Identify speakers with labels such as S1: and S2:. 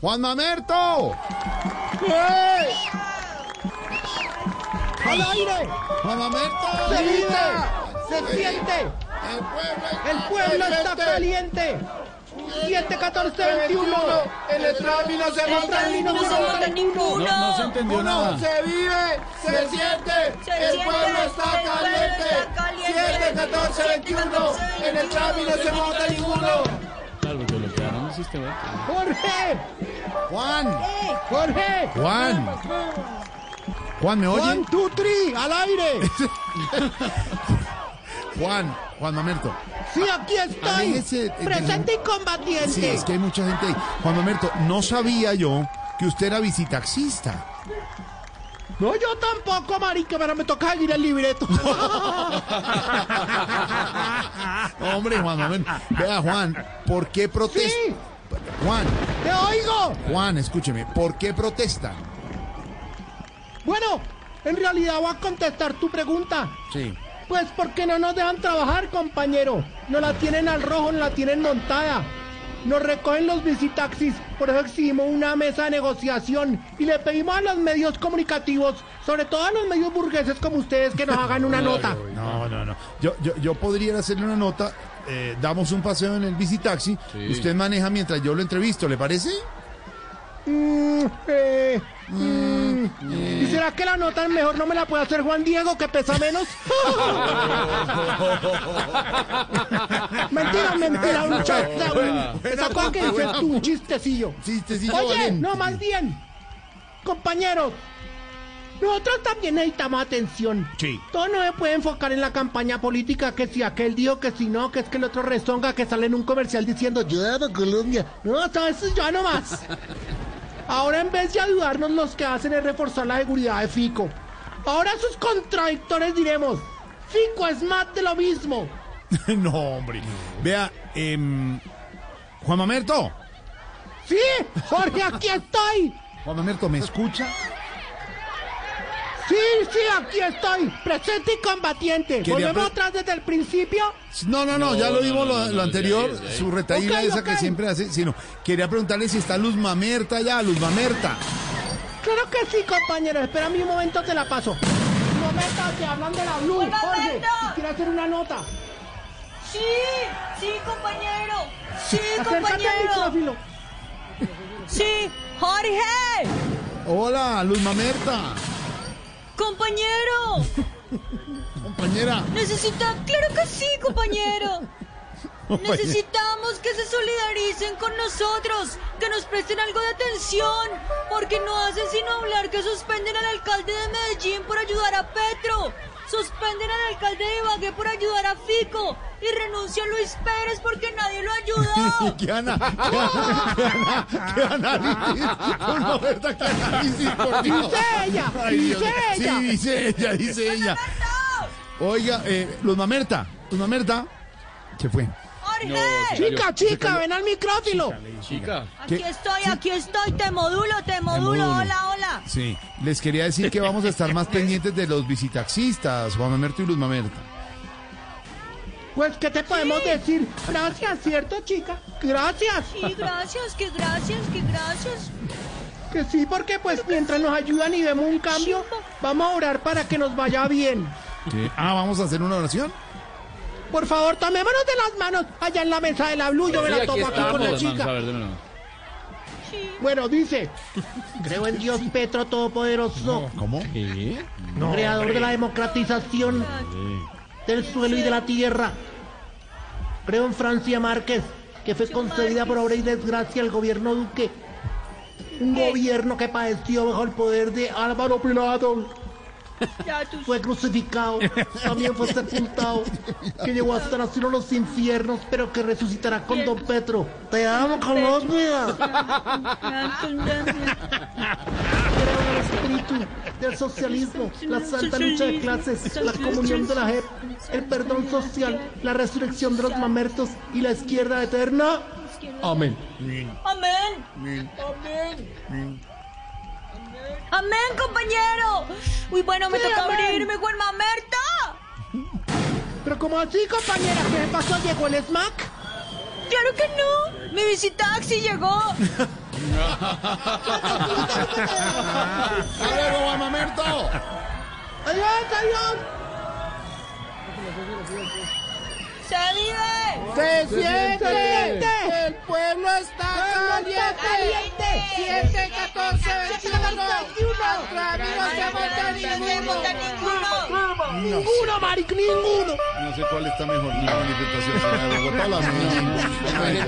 S1: Juan Mamerto. ¡Eh!
S2: ¡Al aire!
S1: Juan Mamerto.
S2: ¡Se grita! ¡Se siente!
S1: El pueblo está,
S2: ¡El pueblo está caliente! 7, 14, 21.
S3: El Estrami no se monta en
S2: no
S3: ninguno.
S2: se monta en
S4: ninguno.
S5: No, no se entendió
S3: Uno
S5: nada.
S3: se vive, se siente,
S4: Se
S3: el
S4: siente,
S3: pueblo está
S4: el pueblo
S3: caliente.
S4: está caliente.
S3: 7, 14, 21.
S4: 14,
S3: En el Estrami no se monta en ninguno.
S5: Claro, que lo quedaron hiciste ver.
S2: ¡Jorge!
S1: Juan.
S2: ¡Jorge!
S1: Juan. Juan, ¿me oye?
S2: ¡One, two, three! ¡Al aire!
S1: Juan, Juan Mamerto.
S2: ¡Sí, aquí estoy!
S1: Aléjese, eh,
S2: ¡Presente y
S1: Sí,
S2: combatiente!
S1: es que hay mucha gente ahí. Juan Mamerto, no sabía yo que usted era visitaxista.
S2: No, yo tampoco, marica, pero me toca ir el libreto.
S1: Hombre, Juan Mamerto. Vea, Juan, ¿por qué protesta?
S2: Sí.
S1: Juan,
S2: ¡Te oigo!
S1: Juan, escúcheme, ¿por qué protesta?
S2: Bueno, en realidad voy a contestar tu pregunta.
S1: Sí.
S2: Pues porque no nos dejan trabajar, compañero. No la tienen al rojo, no la tienen montada. Nos recogen los visitaxis, por eso exigimos una mesa de negociación y le pedimos a los medios comunicativos, sobre todo a los medios burgueses como ustedes, que nos hagan una nota.
S1: No, no, no. Yo, yo, yo podría hacerle una nota. eh, damos un paseo en el visitaxi. Usted maneja mientras yo lo entrevisto, ¿le parece?
S2: Mm, eh, mm. ¿Y será que la nota mejor no me la puede hacer Juan Diego, que pesa menos? mentira, mentira, un chiste. un- Esa cosa que dices tú, un chistecillo.
S1: Chistecillo
S2: Oye,
S1: valiente.
S2: no, más bien, compañeros, nosotros también necesitamos atención.
S1: Sí.
S2: Todo no se puede enfocar en la campaña política, que si aquel dijo, que si no, que es que el otro rezonga, que sale en un comercial diciendo, ayuda Colombia. No, sabes, eso ya no más. Ahora en vez de ayudarnos, los que hacen es reforzar la seguridad de Fico. Ahora sus contradictores diremos, Fico es más de lo mismo.
S1: no, hombre. Vea, em, Juan Mamerto.
S2: Sí, Jorge, aquí estoy.
S1: Juan Mamerto, ¿me escucha?
S2: Sí, sí, aquí estoy, presente y combatiente.
S1: Quería
S2: Volvemos
S1: pre-
S2: atrás desde el principio.
S1: No, no, no, ya lo vimos lo, lo anterior, su retaíla
S2: Ok,
S1: esa
S2: ok.
S1: que siempre hace, sino quería preguntarle si está Luz Mamerta ya, Luz Mamerta.
S2: Claro que sí, compañero. Espera un momento, te la paso. Un momento, te hablan de la Blue.
S4: ¡Un
S2: Jorge,
S4: momento!
S2: y quiero hacer una nota.
S4: Sí, sí, compañero. Sí,
S2: Acércate al
S4: compañero.
S2: micrófono.
S4: Sí, Jorge.
S1: Hola, Luz Mamerta,
S4: Compañero.
S1: compañera.
S4: Necesita, claro que sí, compañero. Necesitamos que se solidaricen con nosotros, que nos presten algo de atención, porque no hacen sino hablar que suspenden al alcalde de Medellín por ayudar a Petro, suspenden al alcalde de Ibagué por ayudar a Fico y renuncia a Luis Pérez porque nadie lo ayudó.
S1: ¿Qué, ana, qué, ana- qué análisis? Luz Mamerta, qué análisis, por Dios.
S2: Dice ella,
S1: Ay, Dios
S2: dice
S1: mío.
S2: ella.
S1: Sí, dice ella, dice ella. Oiga, eh, Luz Mamerta, Luz Mamerta, se fue.
S4: Jorge,
S2: Chica, chica, ven al micrófono.
S5: Chica.
S4: aquí
S1: ¿qué?
S4: estoy, aquí estoy, te modulo, te modulo,
S1: modulo.
S4: hola, hola.
S1: Sí, les quería decir que vamos a estar más pendientes de los visitaxistas, Juan Mamerto y Luz Mamerta.
S2: Pues, ¿qué te podemos decir? Gracias, ¿cierto, chica? Gracias.
S4: Sí, gracias, que gracias, que gracias.
S2: Que sí, porque pues mientras nos ayudan y vemos un cambio, vamos a orar para que nos vaya bien.
S1: Sí. Ah, vamos a hacer una oración.
S2: Por favor, tomémonos de las manos allá en la mesa de la Blue. Yo me la tomo aquí con la
S5: hermanos, a
S2: chica.
S5: ver, de nuevo.
S2: Bueno, dice: Creo en Dios Petro Todopoderoso,
S1: ¿Cómo?
S5: ¿Qué?
S2: creador de la democratización del suelo y de la tierra. Creo en Francia Márquez, que fue concedida por obra y desgracia al gobierno Duque. Un gobierno que padeció bajo el poder de Álvaro Pilato.
S4: Ya tú
S2: fue crucificado, también fue sepultado, que llegó hasta el cielo los infiernos, pero que resucitará con Don Petro. ¡Te amo, Colombia! Creo en el espíritu del socialismo, la santa lucha de clases, la comunión de la JEP, el perdón social, la resurrección de los mamertos y la izquierda eterna. Amén.
S4: Amén. Amén. Amén, compañero. Uy, bueno, me
S2: Sí,
S4: toca
S2: amén.
S4: abrirme, Juan Mamerta.
S2: Pero como así, compañera, ¿qué le pasó? ¿Llegó el smack?
S4: Claro que no. Mi visitaxi llegó.
S1: ¡Hasta luego, Guamamerto!
S6: ¡Adiós, adiós!
S4: ¡Se vive!
S2: Se siente.
S6: ¡Caliente!
S2: El pueblo está caliente.
S4: ¡Siete,
S2: 7, 14, 21. Al Trámino se monta ninguno.
S4: ninguno!
S6: ¡Ninguno, maric, ninguno!
S1: No sé cuál está mejor, la manifestación será de Bogotá o la mía.